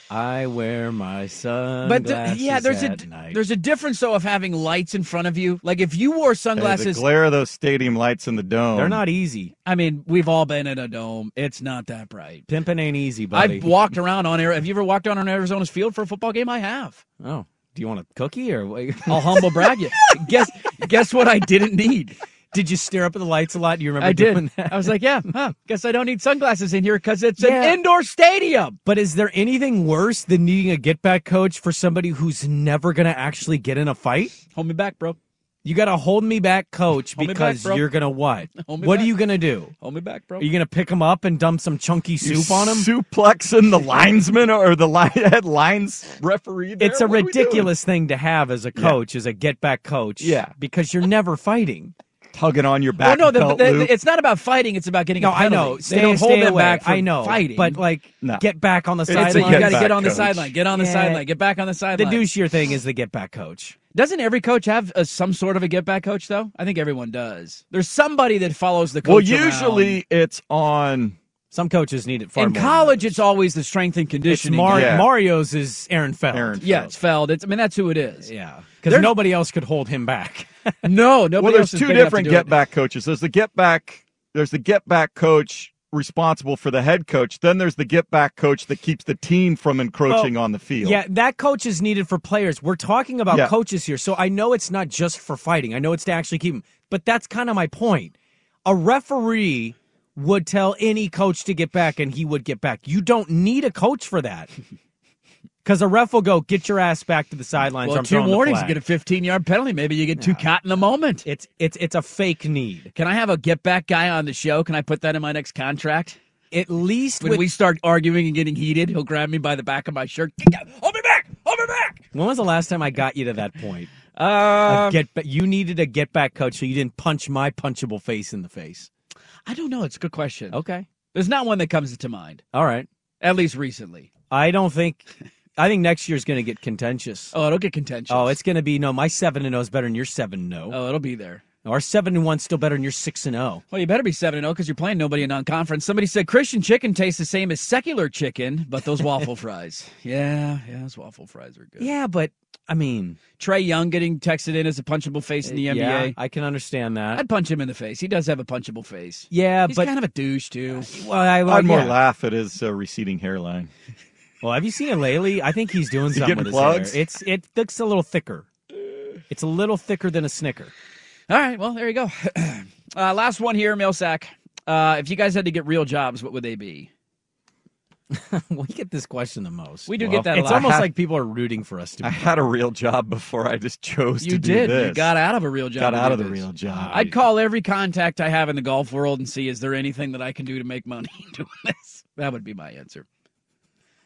Speaker 8: I wear my sunglasses.
Speaker 7: But th- yeah, there's a
Speaker 8: at night.
Speaker 7: there's a difference though of having lights in front of you. Like if you wore sunglasses,
Speaker 9: Hey, the glare of those stadium lights in the dome.
Speaker 7: Oh.
Speaker 8: They're not easy.
Speaker 7: I mean, we've all been in a dome. It's not that bright.
Speaker 8: Pimping ain't easy, buddy.
Speaker 7: I've walked around on air. Have you ever walked on an Arizona's field for a football game? I have.
Speaker 8: Oh, do you want a cookie or? what?
Speaker 7: I'll humble brag you. Guess guess what I didn't need.
Speaker 8: Did you stare up at the lights a lot? Do you remember
Speaker 7: I
Speaker 8: doing
Speaker 7: did.
Speaker 8: that?
Speaker 7: I was like, yeah, huh, guess I don't need sunglasses in here because it's
Speaker 8: Yeah.
Speaker 7: an indoor stadium.
Speaker 8: But is there anything worse than needing a get back coach for somebody who's never going to actually get in a fight?
Speaker 7: Hold me back, bro.
Speaker 8: You got to hold me back, coach,
Speaker 7: Hold me back,
Speaker 8: because
Speaker 7: bro.
Speaker 8: you're going to what?
Speaker 7: Hold me
Speaker 8: What
Speaker 7: back.
Speaker 8: are you going to do?
Speaker 7: Hold me back, bro.
Speaker 8: Are you going to pick him up and dump some chunky
Speaker 9: You
Speaker 8: soup on him?
Speaker 9: Suplexing the linesman or the line, head lines referee. there?
Speaker 8: It's a
Speaker 9: What are we doing?
Speaker 8: ridiculous thing to have as a coach, as a get back coach.
Speaker 9: Yeah.
Speaker 8: Because you're never fighting.
Speaker 9: tugging on your back.
Speaker 7: well, Oh, no, the,
Speaker 9: belt
Speaker 7: the,
Speaker 9: loop.
Speaker 7: it's not about fighting. It's about getting.
Speaker 8: No,
Speaker 7: a
Speaker 8: I
Speaker 7: penalty.
Speaker 8: know. Stay,
Speaker 7: they don't
Speaker 8: stay
Speaker 7: hold them
Speaker 8: away.
Speaker 7: back. From
Speaker 8: I know.
Speaker 7: fighting,
Speaker 8: But, like,
Speaker 9: No.
Speaker 8: get back on the
Speaker 9: It's a
Speaker 7: It's like,
Speaker 8: sideline.
Speaker 7: you got to
Speaker 9: back
Speaker 7: get on the
Speaker 9: coach.
Speaker 7: sideline. Get on the
Speaker 8: Yeah.
Speaker 7: sideline. Get back on the
Speaker 8: The
Speaker 7: sideline.
Speaker 8: douchier thing is the get back coach.
Speaker 7: Doesn't every coach have a, some sort of a get back coach though? I think everyone does. There's somebody that follows the coach.
Speaker 9: well,
Speaker 7: around.
Speaker 9: usually it's on.
Speaker 8: Some coaches need it far
Speaker 7: in
Speaker 8: more.
Speaker 7: college, it's always the strength and
Speaker 8: it's
Speaker 7: conditioning.
Speaker 8: Mar-
Speaker 7: guy.
Speaker 9: Yeah.
Speaker 8: Mario's is Aaron Feld.
Speaker 9: Aaron
Speaker 7: Yeah, it's Feld. It's, I mean, that's who it is.
Speaker 8: Yeah, because
Speaker 7: There's-
Speaker 8: nobody else could hold him back.
Speaker 7: No, nobody.
Speaker 9: Well, there's
Speaker 7: else is
Speaker 9: two
Speaker 7: big enough
Speaker 9: different
Speaker 7: to do it.
Speaker 9: get back coaches. There's the get back. There's the get back coach responsible for the head coach. Then there's the get back coach that keeps the team from encroaching on the field.
Speaker 8: Yeah, that coach is needed for players. We're talking about
Speaker 9: Yeah.
Speaker 8: coaches here, so I know it's not just for fighting. I know it's to actually keep him. But that's kind of my point. A referee would tell any coach to get back, and he would get back. You don't need a coach for that. Because a ref will go, get your ass back to the sidelines.
Speaker 7: Well,
Speaker 8: I'm
Speaker 7: two
Speaker 8: throwing the
Speaker 7: warnings. You
Speaker 8: flag."
Speaker 7: get a 15 yard penalty. Maybe you get too caught in the moment.
Speaker 8: It's it's it's a fake need.
Speaker 7: Can I have a get back guy on the show? Can I put that in my next contract?
Speaker 8: At least
Speaker 7: When
Speaker 8: with
Speaker 7: we start arguing and getting heated, he'll grab me by the back of my shirt. Hold me back! Hold me back!
Speaker 8: When was the last time I got you to that point?
Speaker 7: Uh,
Speaker 8: get ba- you needed a get back coach, so you didn't punch my punchable face in the face.
Speaker 7: I don't know. It's a good question.
Speaker 8: Okay,
Speaker 7: there's not one that comes to mind.
Speaker 8: All right,
Speaker 7: at least recently.
Speaker 8: I don't think. I think next year's going to get contentious.
Speaker 7: Oh, it'll get contentious.
Speaker 8: Oh, it's going to be no. My seven and zero is better than your seven and zero.
Speaker 7: Oh, it'll be there.
Speaker 8: Our seven and one's still better than your six and oh. zero.
Speaker 7: Well, you better be 7 0 because you're playing nobody in non conference. Somebody said Christian chicken tastes the same as secular chicken, but those waffle fries. Yeah, yeah, those waffle fries are good.
Speaker 8: Yeah, but I mean,
Speaker 7: Trey Young getting texted in as a punchable face in the NBA.
Speaker 8: Yeah, I can understand that.
Speaker 7: I'd punch him in the face. He does have a punchable face.
Speaker 8: yeah,
Speaker 7: He's
Speaker 8: but
Speaker 7: kind of a douche, too.
Speaker 8: well, I,
Speaker 9: I'd more
Speaker 8: yeah.
Speaker 9: laugh at his uh, receding hairline.
Speaker 8: Well, have you seen it lately? I think he's doing
Speaker 9: You
Speaker 8: something
Speaker 9: getting
Speaker 8: with his
Speaker 9: plugs?
Speaker 8: hair. It's it looks a little thicker. It's a little thicker than a snicker.
Speaker 7: All right, well, there you go. uh, last one here, Millsack. Uh, if you guys had to get real jobs, what would they be?
Speaker 8: we get this question the most.
Speaker 7: We do get that a
Speaker 8: It's
Speaker 7: lot.
Speaker 8: almost
Speaker 7: I had-
Speaker 8: like people are rooting for us to. Be
Speaker 9: I had a real job before I just chose
Speaker 7: You
Speaker 9: to do
Speaker 7: did.
Speaker 9: this.
Speaker 7: You got out of a real job.
Speaker 9: Got
Speaker 7: to
Speaker 9: out
Speaker 7: do
Speaker 9: of the
Speaker 7: this.
Speaker 9: real job.
Speaker 7: I'd call every contact I have in the golf world and see is there anything that I can do to make money doing this. That would be my answer.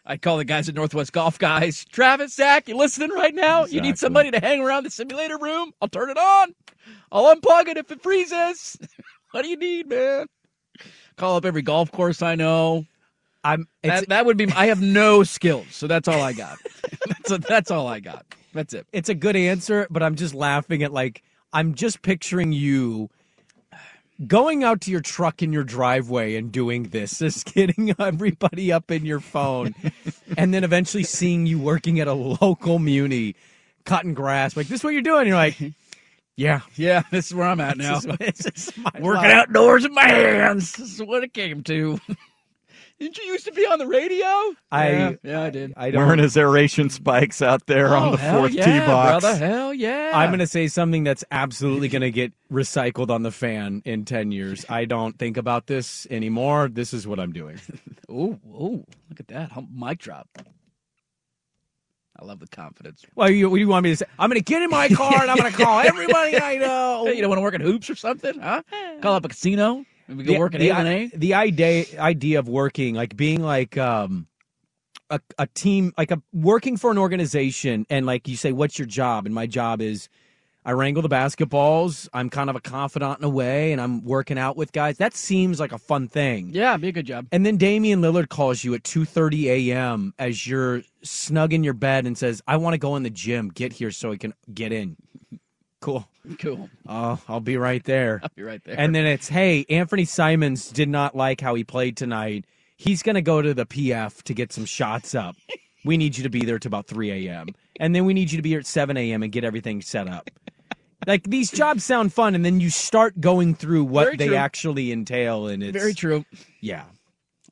Speaker 7: I'd call the guys at Northwest Golf Guys. Travis, Zach, you listening right now? You
Speaker 13: Exactly.
Speaker 7: need somebody to hang around the simulator room? I'll turn it on. I'll unplug it if it freezes. what do you need, man? Call up every golf course I know.
Speaker 8: I'm
Speaker 7: that, that would be. I have no skills, so that's all I got. that's, that's all I got. That's it.
Speaker 8: It's a good answer, but I'm just laughing at like I'm just picturing you going out to your truck in your driveway and doing this, just getting everybody up in your phone, and then eventually seeing you working at a local muni, cutting grass. Like this, is what you're doing? You're like, yeah,
Speaker 7: yeah. This is where I'm at now.
Speaker 8: This is what- this is my
Speaker 7: Working
Speaker 8: life.
Speaker 7: outdoors with my hands. This is what it came to. Didn't you used to be on the radio?
Speaker 9: I-
Speaker 7: yeah, yeah, I did.
Speaker 8: I
Speaker 9: Wearing his aeration spikes out there on
Speaker 7: Oh,
Speaker 9: the
Speaker 7: hell
Speaker 9: fourth
Speaker 7: yeah,
Speaker 9: tee box.
Speaker 7: brother. Hell yeah.
Speaker 8: I'm going to say something that's absolutely going to get recycled on the fan in 10 years. I don't think about this anymore. This is what I'm doing.
Speaker 7: Oh, oh, look at that hump mic drop. I love the confidence.
Speaker 8: Well, you, what do you want me to say? I'm going to get in my car and I'm going to call everybody I know.
Speaker 7: You don't want to work at hoops or something, huh? Call up a casino. and We go work at
Speaker 8: the,
Speaker 7: A and A.
Speaker 8: the idea idea of working like being like um a, a team like a working for an organization and like you say what's your job and my job is I wrangle the basketballs. I'm kind of a confidant in a way, and I'm working out with guys. That seems like a fun thing.
Speaker 7: Yeah, be a good job.
Speaker 8: And then Damian Lillard calls you at 2:30 a.m. as you're snug in your bed and says, "I want to go in the gym. Get here so I can get in." Cool.
Speaker 7: Cool.
Speaker 8: Oh, I'll be right there.
Speaker 7: I'll be right there.
Speaker 8: And then it's, "Hey, Anthony Simons did not like how he played tonight. He's going to go to the PF to get some shots up. We need you to be there to about 3 a.m. And then we need you to be here at 7 a.m. and get everything set up." Like these jobs sound fun, and then you start going through what
Speaker 7: Very
Speaker 8: they
Speaker 7: true.
Speaker 8: actually entail, and it's
Speaker 7: Very true.
Speaker 8: Yeah.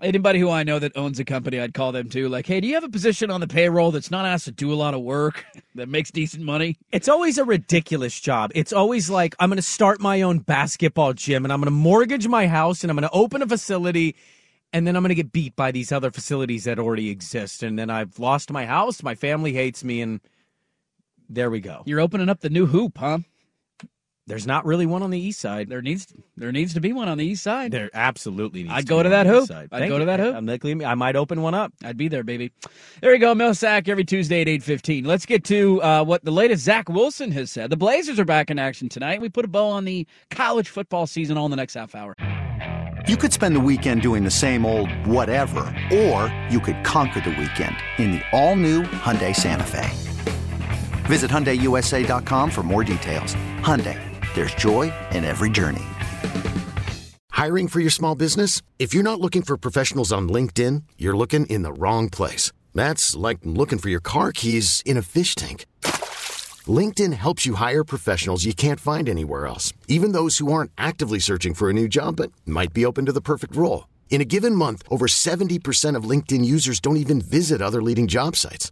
Speaker 7: Anybody who I know that owns a company, I'd call them too. Like, hey, do you have a position on the payroll that's not asked to do a lot of work that makes decent money?
Speaker 8: It's always a ridiculous job. It's always like I'm going to start my own basketball gym and I'm going to mortgage my house and I'm going to open a facility and then I'm going to get beat by these other facilities that already exist and then I've lost my house, my family hates me and there we go.
Speaker 7: You're opening up the new hoop, huh?
Speaker 8: There's not really one on the east side.
Speaker 7: There needs there needs to be one on the east side.
Speaker 8: There absolutely needs
Speaker 7: I'd
Speaker 8: to
Speaker 7: go to
Speaker 8: be one on
Speaker 7: that
Speaker 8: the
Speaker 7: hoop.
Speaker 8: east side.
Speaker 7: I'd
Speaker 8: Thank
Speaker 7: go
Speaker 8: you.
Speaker 7: to that hoop.
Speaker 8: I'm likely- I might open one up.
Speaker 7: I'd be there, baby. There you go, Millsack. Every Tuesday at eight fifteen. Let's get to uh, what the latest Zach Wilson has said. The Blazers are back in action tonight. We put a bow on the college football season all in the next half hour.
Speaker 14: You could spend the weekend doing the same old whatever, or you could conquer the weekend in the all-new Hyundai Santa Fe. Visit HyundaiUSA.com for more details. Hyundai, there's joy in every journey.
Speaker 15: Hiring for your small business? If you're not looking for professionals on LinkedIn, you're looking in the wrong place. That's like looking for your car keys in a fish tank. LinkedIn helps you hire professionals you can't find anywhere else, even those who aren't actively searching for a new job but might be open to the perfect role. In a given month, over 70% of LinkedIn users don't even visit other leading job sites.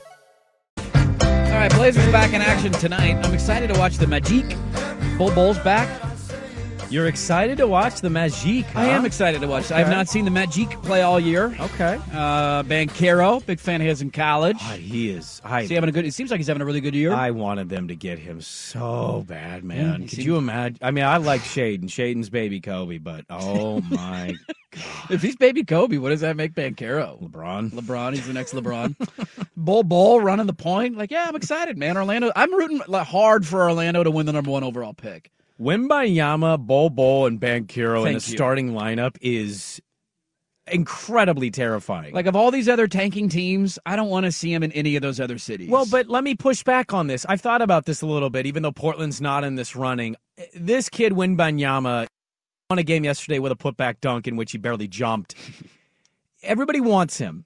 Speaker 7: All right, Blazers back in action tonight. I'm excited to watch the Magic. Bull Bull's back.
Speaker 8: You're excited to watch the Magic.
Speaker 7: I am excited to watch. I have
Speaker 8: Okay.
Speaker 7: not seen the Magic play all year.
Speaker 8: Okay.
Speaker 7: Uh, Banquero, big fan of his in college.
Speaker 8: He is. I,
Speaker 7: Is he having a good? It seems like he's having a really good year.
Speaker 8: I wanted them to get him so bad, man.
Speaker 7: he
Speaker 8: Could
Speaker 7: seems-
Speaker 8: you imagine? I mean, I like Shaden. Shaden's baby Kobe, but oh my
Speaker 7: If he's baby Kobe, what does that make Banquero?
Speaker 8: LeBron.
Speaker 7: LeBron, he's the next LeBron. Bull Bull running the point. Like, yeah, I'm excited, man. Orlando, I'm rooting like, hard for Orlando to win the number one overall pick.
Speaker 8: Wimbayama, Bol Bol, and Bankiro in
Speaker 7: Thank
Speaker 8: the
Speaker 7: you.
Speaker 8: starting lineup is incredibly terrifying.
Speaker 7: Like, of all these other tanking teams, I don't want to see him in any of those other cities.
Speaker 8: Well, but let me push back on this. I've thought about this a little bit, even though Portland's not in this running. This kid, Winbanyama, won a game yesterday with a putback dunk in which he barely jumped. Everybody wants him.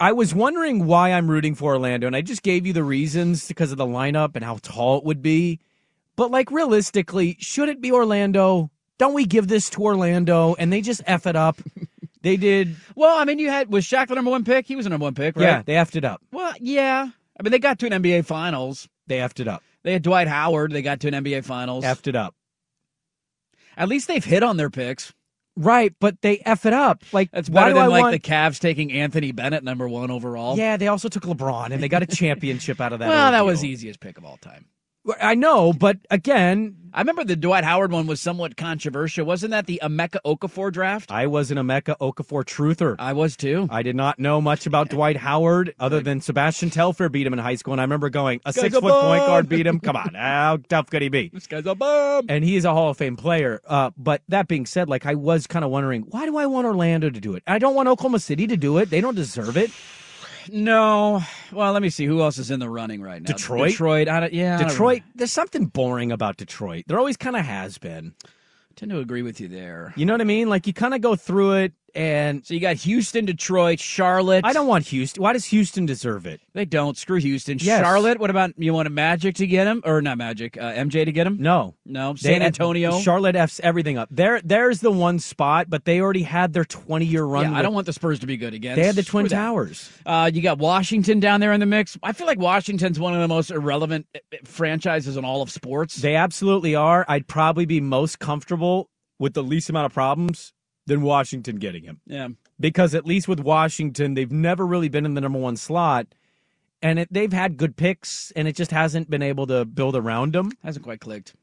Speaker 8: I was wondering why I'm rooting for Orlando, and I just gave you the reasons because of the lineup and how tall it would be. But, like, realistically, should it be Orlando? Don't we give this to Orlando and they just F it up? they did.
Speaker 7: Well, I mean, you had was Shaq the number one pick? He was the number one pick, right?
Speaker 8: Yeah, they effed it up.
Speaker 7: Well, yeah. I mean, they got to an NBA Finals.
Speaker 8: They effed it up.
Speaker 7: They had Dwight Howard. They got to an NBA Finals.
Speaker 8: Effed it up.
Speaker 7: At least they've hit on their picks.
Speaker 8: Right, but they F it up. Like,
Speaker 7: That's
Speaker 8: why
Speaker 7: better
Speaker 8: do
Speaker 7: than
Speaker 8: I
Speaker 7: like
Speaker 8: want...
Speaker 7: the Cavs taking Anthony Bennett number one overall.
Speaker 8: Yeah, they also took LeBron and they got a championship out of that.
Speaker 7: well, that
Speaker 8: ordeal.
Speaker 7: was the easiest pick of all time.
Speaker 8: Well, I know, but again,
Speaker 7: I remember the Dwight Howard one was somewhat controversial. Wasn't that the Emeka Okafor draft?
Speaker 8: I was an Emeka Okafor truther.
Speaker 7: I was too.
Speaker 8: I did not know much about Dwight Howard other than Sebastian Telfair beat him in high school, and I remember going, a
Speaker 7: Guy's a
Speaker 8: six foot point
Speaker 7: bum.
Speaker 8: guard beat him. Come on, how tough could he be?
Speaker 7: This guy's a bum.
Speaker 8: And he is a Hall of Fame player. Uh, but that being said, like I was kind of wondering, why do I want Orlando to do it? I don't want Oklahoma City to do it. They don't deserve it.
Speaker 7: No. Well, let me see who else is in the running right now.
Speaker 8: Detroit?
Speaker 7: Detroit. I don't, yeah. I don't-
Speaker 8: Detroit, there's something boring about Detroit. There always kind of has been.
Speaker 7: tend to agree with you there.
Speaker 8: You know what I mean? Like you kind of go through it, and
Speaker 7: So you got Houston, Detroit, Charlotte.
Speaker 8: I don't want Houston. Why does Houston deserve it?
Speaker 7: They don't. Screw Houston.
Speaker 8: Yes.
Speaker 7: Charlotte. What about you? Want a Magic to get him or not Magic? Uh, MJ to get him?
Speaker 8: No,
Speaker 7: No.
Speaker 8: They-
Speaker 7: San Antonio.
Speaker 8: Charlotte f's everything up. There, there's the one spot, but they already had their 20 year run.
Speaker 7: Yeah, I
Speaker 8: with-
Speaker 7: don't want the Spurs to be good again.
Speaker 8: They had the
Speaker 7: Screw
Speaker 8: Twin
Speaker 7: that.
Speaker 8: Towers.
Speaker 7: Uh, you got Washington down there in the mix. I feel like Washington's one of the most irrelevant eh, eh, franchises in all of sports.
Speaker 8: They absolutely are. I'd probably be most comfortable with the least amount of problems than Washington getting him,
Speaker 7: yeah.
Speaker 8: because at least with Washington, they've never really been in the number one slot, and it, they've had good picks, and it just hasn't been able to build around them.
Speaker 7: Hasn't quite clicked.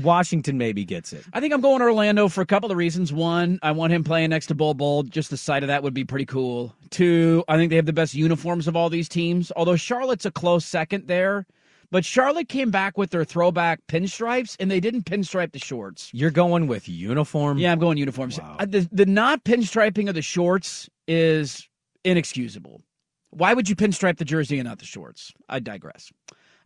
Speaker 8: Washington maybe gets it.
Speaker 7: I think I'm going to Orlando for a couple of reasons. One, I want him playing next to Bull Bull. Just the sight of that would be pretty cool. Two, I think they have the best uniforms of all these teams, although Charlotte's a close second there. But Charlotte came back with their throwback pinstripes, and they didn't pinstripe the shorts.
Speaker 8: You're going with uniform.
Speaker 7: Yeah, I'm going uniforms. Uh, The, the not pinstriping of the shorts is inexcusable. Why would you pinstripe the jersey and not the shorts? I digress.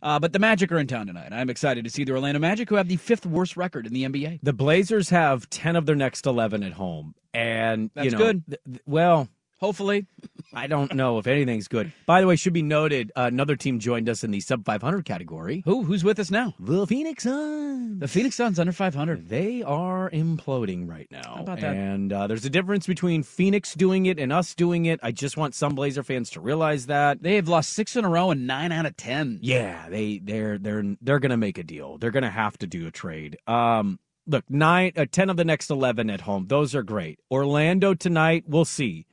Speaker 7: Uh, but the Magic are in town tonight. I'm excited to see the Orlando Magic, who have the fifth worst record in the NBA.
Speaker 8: The Blazers have 10 of their next 11 at home. And, you
Speaker 7: That's
Speaker 8: know,
Speaker 7: good.
Speaker 8: th- th- well,
Speaker 7: Hopefully,
Speaker 8: I don't know if anything's good. By the way, should be noted uh, another team joined us in the sub 500 category.
Speaker 7: who who's with us now?
Speaker 8: The Phoenix Suns.
Speaker 7: The Phoenix Suns under 500.
Speaker 8: They are imploding right now.
Speaker 7: about that?
Speaker 8: And uh, there's a difference between Phoenix doing it and us doing it. I just want some Blazer fans to realize that.
Speaker 7: They have lost six in a row and nine out of ten.
Speaker 8: Yeah, they they're they're they're gonna make a deal. They're gonna have to do a trade. Um, look, nine, uh, ten of the next eleven at home. Those are great. Orlando tonight, we'll see.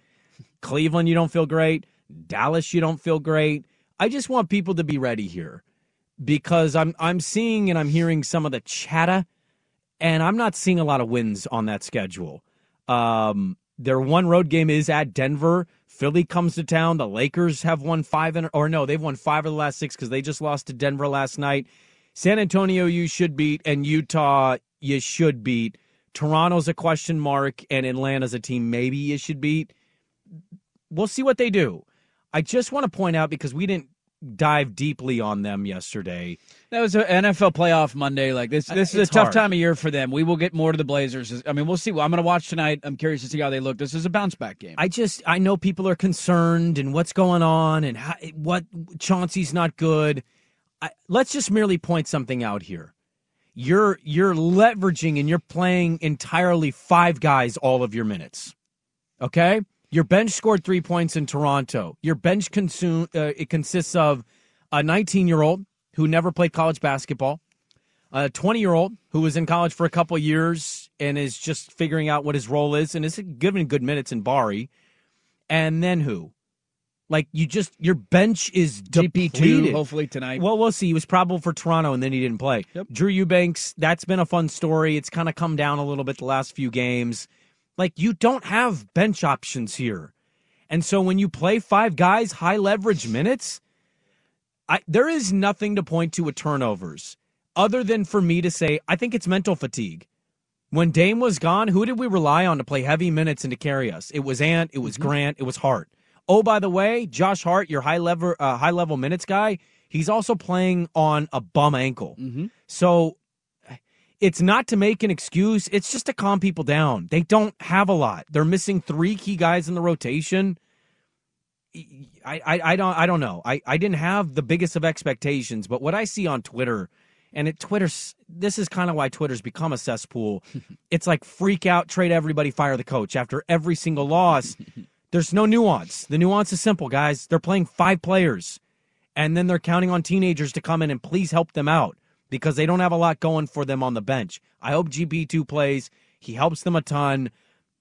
Speaker 8: Cleveland, you don't feel great. Dallas, you don't feel great. I just want people to be ready here because I'm I'm seeing and I'm hearing some of the chatter, and I'm not seeing a lot of wins on that schedule. Um, their one road game is at Denver. Philly comes to town. The Lakers have won five, in, or no, they've won five of the last six because they just lost to Denver last night. San Antonio, you should beat, and Utah, you should beat. Toronto's a question mark, and Atlanta's a team maybe you should beat. We'll see what they do. I just want to point out because we didn't dive deeply on them yesterday.
Speaker 7: That was an NFL playoff Monday. Like this,
Speaker 8: Uh,
Speaker 7: this is
Speaker 8: it's
Speaker 7: a tough
Speaker 8: hard.
Speaker 7: time of year for them. We will get more to the Blazers. I mean, we'll see. Well, I'm going to watch tonight. I'm curious to see how they look. This is a bounce back game.
Speaker 8: I just I know people are concerned and what's going on and how, what Chauncey's not good. I, let's just merely point something out here. You're you're leveraging and you're playing entirely five guys all of your minutes. Okay, your bench scored three points in Toronto. Your bench consume uh, it consists of a 19 year old who never played college basketball, a 20 year old who was in college for a couple of years and is just figuring out what his role is and is given good minutes in Bari. And then who? Like you just your bench is
Speaker 7: GP2
Speaker 8: depleted.
Speaker 7: hopefully tonight.
Speaker 8: Well, we'll see. He was probable for Toronto and then he didn't play. Drew Eubanks, that's been a fun story. It's kind of come down a little bit the last few games. Like you don't have bench options here. And so when you play five guys high leverage minutes, I, there is nothing to point to with turnovers other than for me to say I think it's mental fatigue. When Dame was gone, who did we rely on to play heavy minutes and to carry us? It was Ant, it was Grant, it was Hart. Oh, by the way, Josh Hart, your high level uh, high level minutes guy, he's also playing on a bum ankle. So it's not to make an excuse. It's just to calm people down. They don't have a lot. They're missing three key guys in the rotation. I, I, I don't I don't know. I, I didn't have the biggest of expectations, but what I see on Twitter, and it Twitter's this is kind of why Twitter's become a cesspool. it's like freak out, trade everybody, fire the coach after every single loss. There's no nuance. The nuance is simple, guys. They're playing five players, and then they're counting on teenagers to come in and please help them out because they don't have a lot going for them on the bench. I hope GB2 plays. He helps them a ton.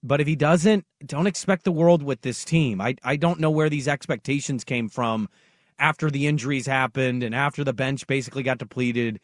Speaker 8: But if he doesn't, don't expect the world with this team. I, I don't know where these expectations came from after the injuries happened and after the bench basically got depleted.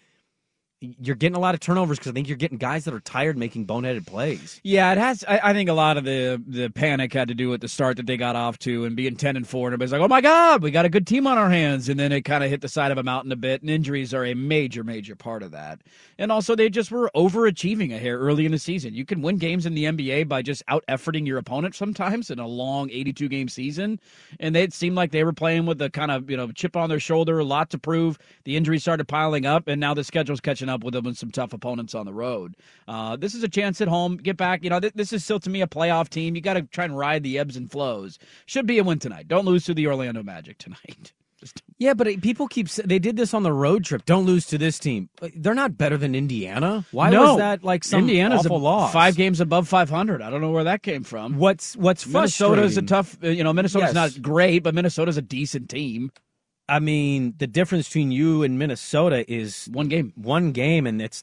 Speaker 8: You're getting a lot of turnovers because I think you're getting guys that are tired making boneheaded plays.
Speaker 7: Yeah, it has. I, I think a lot of the the panic had to do with the start that they got off to and being ten and four, and everybody's like, "Oh my God, we got a good team on our hands," and then it kind of hit the side of a mountain a bit. And injuries are a major, major part of that. And also, they just were overachieving a hair early in the season. You can win games in the NBA by just out efforting your opponent sometimes in a long eighty-two game season. And they it seemed like they were playing with a kind of you know chip on their shoulder, a lot to prove. The injuries started piling up, and now the schedule's catching up with them and some tough opponents on the road. Uh, this is a chance at home. Get back. You know, th- this is still to me a playoff team. You got to try and ride the ebbs and flows. Should be a win tonight. Don't lose to the Orlando Magic tonight.
Speaker 8: Yeah, but it- people keep sa- they did this on the road trip. Don't lose to this team. But They're not better than Indiana. Why
Speaker 7: No.
Speaker 8: was that like some
Speaker 7: Indiana's a-
Speaker 8: awful loss?
Speaker 7: Five games above 500. I don't know where that came from.
Speaker 8: What's what's
Speaker 7: Minnesota's a
Speaker 8: frustrating-
Speaker 7: tough. uh, You know, Minnesota's
Speaker 8: Yes.
Speaker 7: not great, but Minnesota's a decent team.
Speaker 8: I mean, the difference between you and Minnesota is
Speaker 7: one game.
Speaker 8: One game, and it's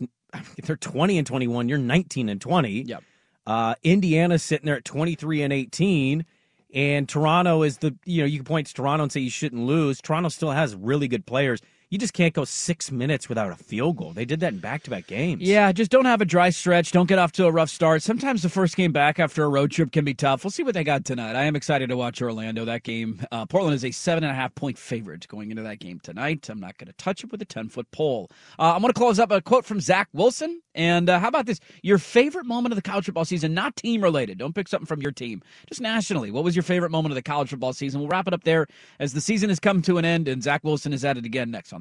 Speaker 8: they're twenty and twenty-one. You're nineteen and twenty.
Speaker 7: Yep.
Speaker 8: Uh, Indiana's sitting there at twenty-three and eighteen, and Toronto is the you know you can point to Toronto and say you shouldn't lose. Toronto still has really good players. You just can't go six minutes without a field goal. They did that in back-to-back games.
Speaker 7: Yeah, just don't have a dry stretch. Don't get off to a rough start. Sometimes the first game back after a road trip can be tough. We'll see what they got tonight. I am excited to watch Orlando that game. Uh, Portland is a seven and a half point favorite going into that game tonight. I'm not going to touch it with a ten foot pole. Uh, I'm going to close up a quote from Zach Wilson. And uh, how about this? Your favorite moment of the college football season, not team related. Don't pick something from your team. Just nationally, what was your favorite moment of the college football season? We'll wrap it up there as the season has come to an end, and Zach Wilson is at it again next on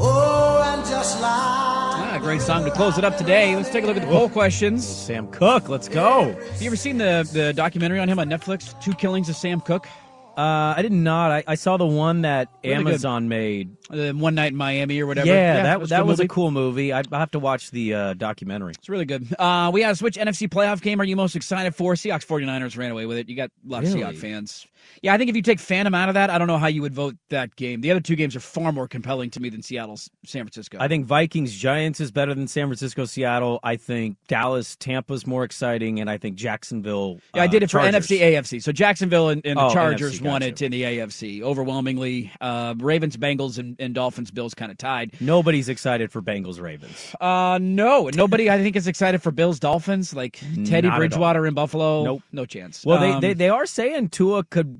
Speaker 16: Oh, I'm just like.
Speaker 8: Ah, great song to close it up today. Let's take a look at the poll questions. Sam Cook, let's go.
Speaker 7: Have you ever seen the, the documentary on him on Netflix? Two Killings of Sam Cook?
Speaker 8: Uh, I did not. I, I saw the one that
Speaker 7: Really good.
Speaker 8: Amazon made.
Speaker 7: Uh, One Night in Miami or whatever.
Speaker 8: Yeah, that
Speaker 7: that's
Speaker 8: that
Speaker 7: good
Speaker 8: was a
Speaker 7: movie.
Speaker 8: cool movie. I, I have to watch the uh, documentary.
Speaker 7: It's really good. Uh, we asked which NFC playoff game are you most excited for? Seahawks 49ers ran away with it. You got a lot
Speaker 8: Really?
Speaker 7: of Seahawks fans. Yeah, I think if you take Phantom out of that, I don't know how you would vote that game. The other two games are far more compelling to me than Seattle's San Francisco.
Speaker 8: I think Vikings Giants is better than San Francisco Seattle. I think Dallas Tampa's more exciting, and I think Jacksonville.
Speaker 7: Yeah, I
Speaker 8: uh,
Speaker 7: did it for
Speaker 8: Chargers.
Speaker 7: NFC AFC. So Jacksonville and, and the
Speaker 8: Oh,
Speaker 7: Chargers
Speaker 8: NFC,
Speaker 7: won
Speaker 8: gotcha.
Speaker 7: it in the AFC overwhelmingly. Uh, Ravens, Bengals, and, and Dolphins, Bills kind of tied.
Speaker 8: Nobody's excited for Bengals Ravens.
Speaker 7: Uh, no, and nobody I think is excited for Bills, Dolphins. Like Teddy
Speaker 8: Not at all.
Speaker 7: Bridgewater in Buffalo.
Speaker 8: Nope.
Speaker 7: no chance.
Speaker 8: Well,
Speaker 7: Um,
Speaker 8: they, they they are saying Tua could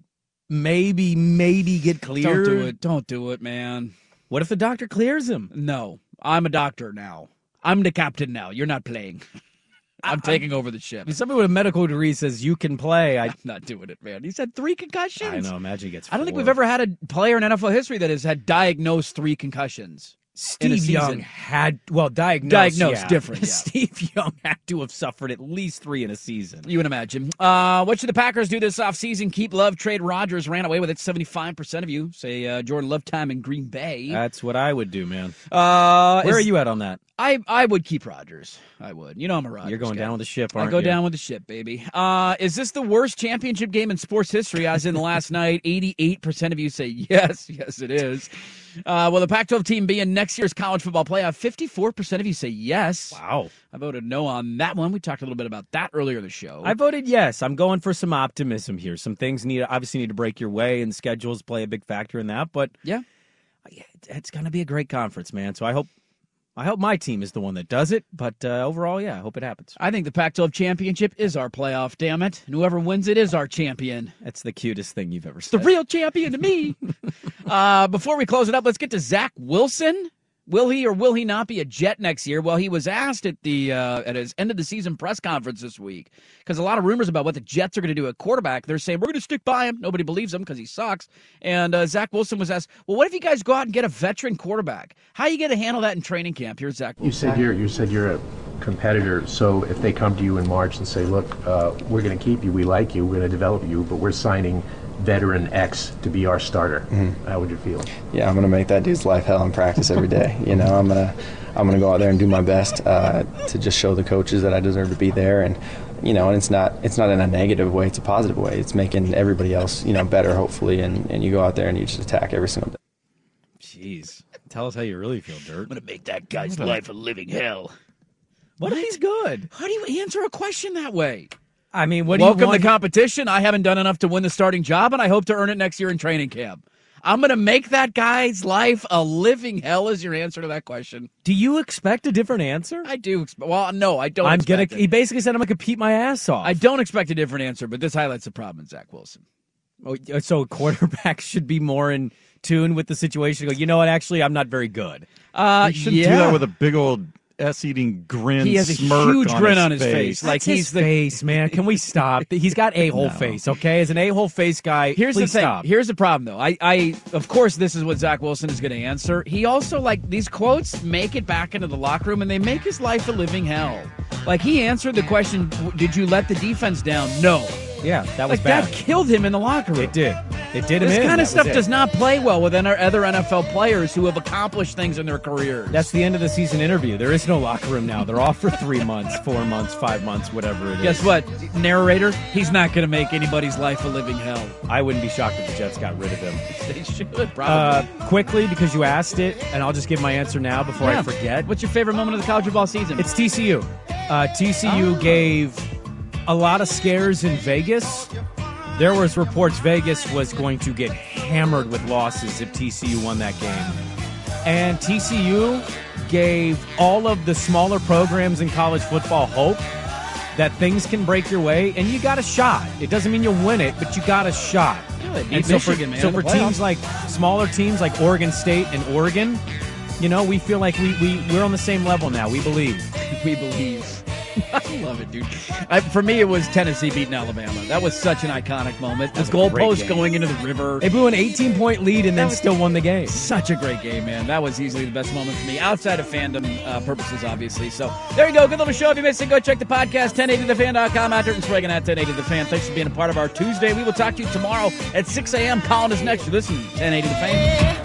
Speaker 8: maybe maybe get cleared.
Speaker 7: Don't do it. Don't do it, man.
Speaker 8: What if the doctor clears him?
Speaker 7: No, I'm a doctor now. I'm the captain now. You're not playing. I'm taking over the ship.
Speaker 8: If somebody with a medical degree says you can play, I
Speaker 7: I'm not doing it, man. He's had three concussions.
Speaker 8: I know. Imagine he gets.
Speaker 7: I don't think
Speaker 8: four.
Speaker 7: we've ever had a player in NFL history that has had diagnosed three concussions. in a
Speaker 8: Steve Young
Speaker 7: season.
Speaker 8: had well diagnosed.
Speaker 7: Diagnosed,
Speaker 8: yeah.
Speaker 7: different, yeah.
Speaker 8: Steve Young had to have suffered at least three in a season.
Speaker 7: You would imagine. Uh, what should the Packers do this offseason? Keep Love, trade Rodgers. Ran away with it. 75% of you say uh, Jordan Love time in Green Bay.
Speaker 8: That's what I would do, man.
Speaker 7: Uh,
Speaker 8: Uh, Where
Speaker 7: is-
Speaker 8: are you at on that?
Speaker 7: I, I would keep Rodgers. I would. You know I'm a Rodgers
Speaker 8: You're going
Speaker 7: guy.
Speaker 8: down with the ship.
Speaker 7: I
Speaker 8: Aren't
Speaker 7: go
Speaker 8: you?
Speaker 7: down with the ship, baby. Uh, is this the worst championship game in sports history? As in last night, 88% of you say yes. Yes, it is. Uh, will the Pac 12 team be in next year's college football playoff? 54% of you say yes.
Speaker 8: Wow.
Speaker 7: I voted no on that one. We talked a little bit about that earlier in the show.
Speaker 8: I voted yes. I'm going for some optimism here. Some things need obviously need to break your way, and schedules play a big factor in that. But
Speaker 7: yeah,
Speaker 8: it's going to be a great conference, man. So I hope, I hope my team is the one that does it. But uh, overall, yeah, I hope it happens.
Speaker 7: I think the Pac 12 championship is our playoff, damn it. And whoever wins it is our champion.
Speaker 8: That's the cutest thing you've ever
Speaker 7: It's the
Speaker 8: said.
Speaker 7: real champion to me. uh, before we close it up, let's get to Zach Wilson. Will he or will he not be a Jet next year? Well, he was asked at the uh, at his end of the season press conference this week because a lot of rumors about what the Jets are going to do at quarterback. They're saying we're going to stick by him. Nobody believes him because he sucks. And uh, Zach Wilson was asked, "Well, what if you guys go out and get a veteran quarterback? How are you going to handle that in training camp?" Here's Zach.
Speaker 17: You said you're you said you're a competitor. So if they come to you in March and say, "Look, uh, we're going to keep you. We like you. We're going to develop you, but we're signing veteran X to be our starter," how would you feel?
Speaker 18: yeah, I'm gonna make that dude's life hell in practice every day. You know, I'm gonna I'm gonna go out there and do my best uh, to just show the coaches that I deserve to be there, and you know, and it's not it's not in a negative way, it's a positive way. It's making everybody else you know better, hopefully, and and you go out there and you just attack every single day.
Speaker 8: Jeez, tell us how you really feel, Dirt. I'm
Speaker 7: going to make that guy's
Speaker 18: life
Speaker 7: a living hell.
Speaker 8: What, if he's good?
Speaker 7: How do you answer a question that way?
Speaker 8: I mean, what
Speaker 7: Welcome
Speaker 8: do you want?
Speaker 7: to competition. I haven't done enough to win the starting job, and I hope to earn it next year in training camp. I'm going to make that guy's life a living hell. Is your answer to that question?
Speaker 8: do you expect a different answer?
Speaker 7: I do. Exp- well, no, I don't.
Speaker 8: I'm gonna.
Speaker 7: expect
Speaker 8: He
Speaker 7: It.
Speaker 8: basically said I'm gonna compete my ass off.
Speaker 7: I don't expect a different answer, but this highlights the problem in Zach Wilson.
Speaker 8: Oh, yeah, So quarterbacks should be more in tune with the situation. Go, you know what? Actually, I'm not very good.
Speaker 7: Uh,
Speaker 9: You shouldn't do that with a big old s-eating grin.
Speaker 8: He has a
Speaker 9: smirk
Speaker 8: huge
Speaker 9: on
Speaker 8: grin
Speaker 9: his
Speaker 8: on his
Speaker 9: face.
Speaker 8: face. Like he's the face, man. Can we stop? He's got a hole
Speaker 7: No.
Speaker 8: face. Okay, as an a hole face guy,
Speaker 7: Here's
Speaker 8: please
Speaker 7: the thing.
Speaker 8: stop.
Speaker 7: Here's the problem, though. I, I, of course, this is what Zach Wilson is going to answer. He also like these quotes make it back into the locker room, and they make his life a living hell. Like he answered the question, "Did you let the defense down?" No.
Speaker 8: Yeah, that was
Speaker 7: like
Speaker 8: bad.
Speaker 7: that killed him in the locker room.
Speaker 8: It did. It did him
Speaker 7: This
Speaker 8: in.
Speaker 7: kind
Speaker 8: That
Speaker 7: of
Speaker 8: was
Speaker 7: stuff
Speaker 8: it.
Speaker 7: does not play well with our other NFL players who have accomplished things in their careers.
Speaker 8: That's the end of the season interview. There is no locker room now. They're off for three months, four months, five months, whatever it is.
Speaker 7: Guess what, narrator? He's not going to make anybody's life a living hell.
Speaker 8: I wouldn't be shocked if the Jets got rid of him.
Speaker 7: They should probably.
Speaker 8: Uh, quickly, because you asked it, and I'll just give my answer now before
Speaker 7: Yeah.
Speaker 8: I forget.
Speaker 7: What's your favorite moment of the college football season? Ah.
Speaker 8: It's TCU. Uh, TCU gave a lot of scares in Vegas. There was reports Vegas was going to get hammered with losses if TCU won that game. And TCU gave all of the smaller programs in college football hope that things can break your way and you got a shot. It doesn't mean you'll win it, but you got a shot.
Speaker 7: they beat
Speaker 8: and so for,
Speaker 7: Michigan, man,
Speaker 8: so
Speaker 7: in the
Speaker 8: for teams
Speaker 7: playoffs.
Speaker 8: like smaller teams like Oregon State and Oregon, you know, we feel like we, we we're on the same level now. We believe.
Speaker 7: we believe. I love it, dude. I, for me, it was Tennessee beating Alabama. That was such an iconic moment. The
Speaker 8: was a great
Speaker 7: goalpost
Speaker 8: game.
Speaker 7: going into the river.
Speaker 8: They blew an 18 point lead and
Speaker 7: That
Speaker 8: then
Speaker 7: was-
Speaker 8: still won the game.
Speaker 7: Such a great game, man. That was easily the best moment for me, outside of fandom uh, purposes, obviously. So there you go. Good little show. If you missed it, go check the podcast, 1080thefan.com. At Dirk Sprague and at 1080thefan. Thanks for being a part of our Tuesday. We will talk to you tomorrow at 6 a.m. Colin is next. You're listening to 1080 The Fan.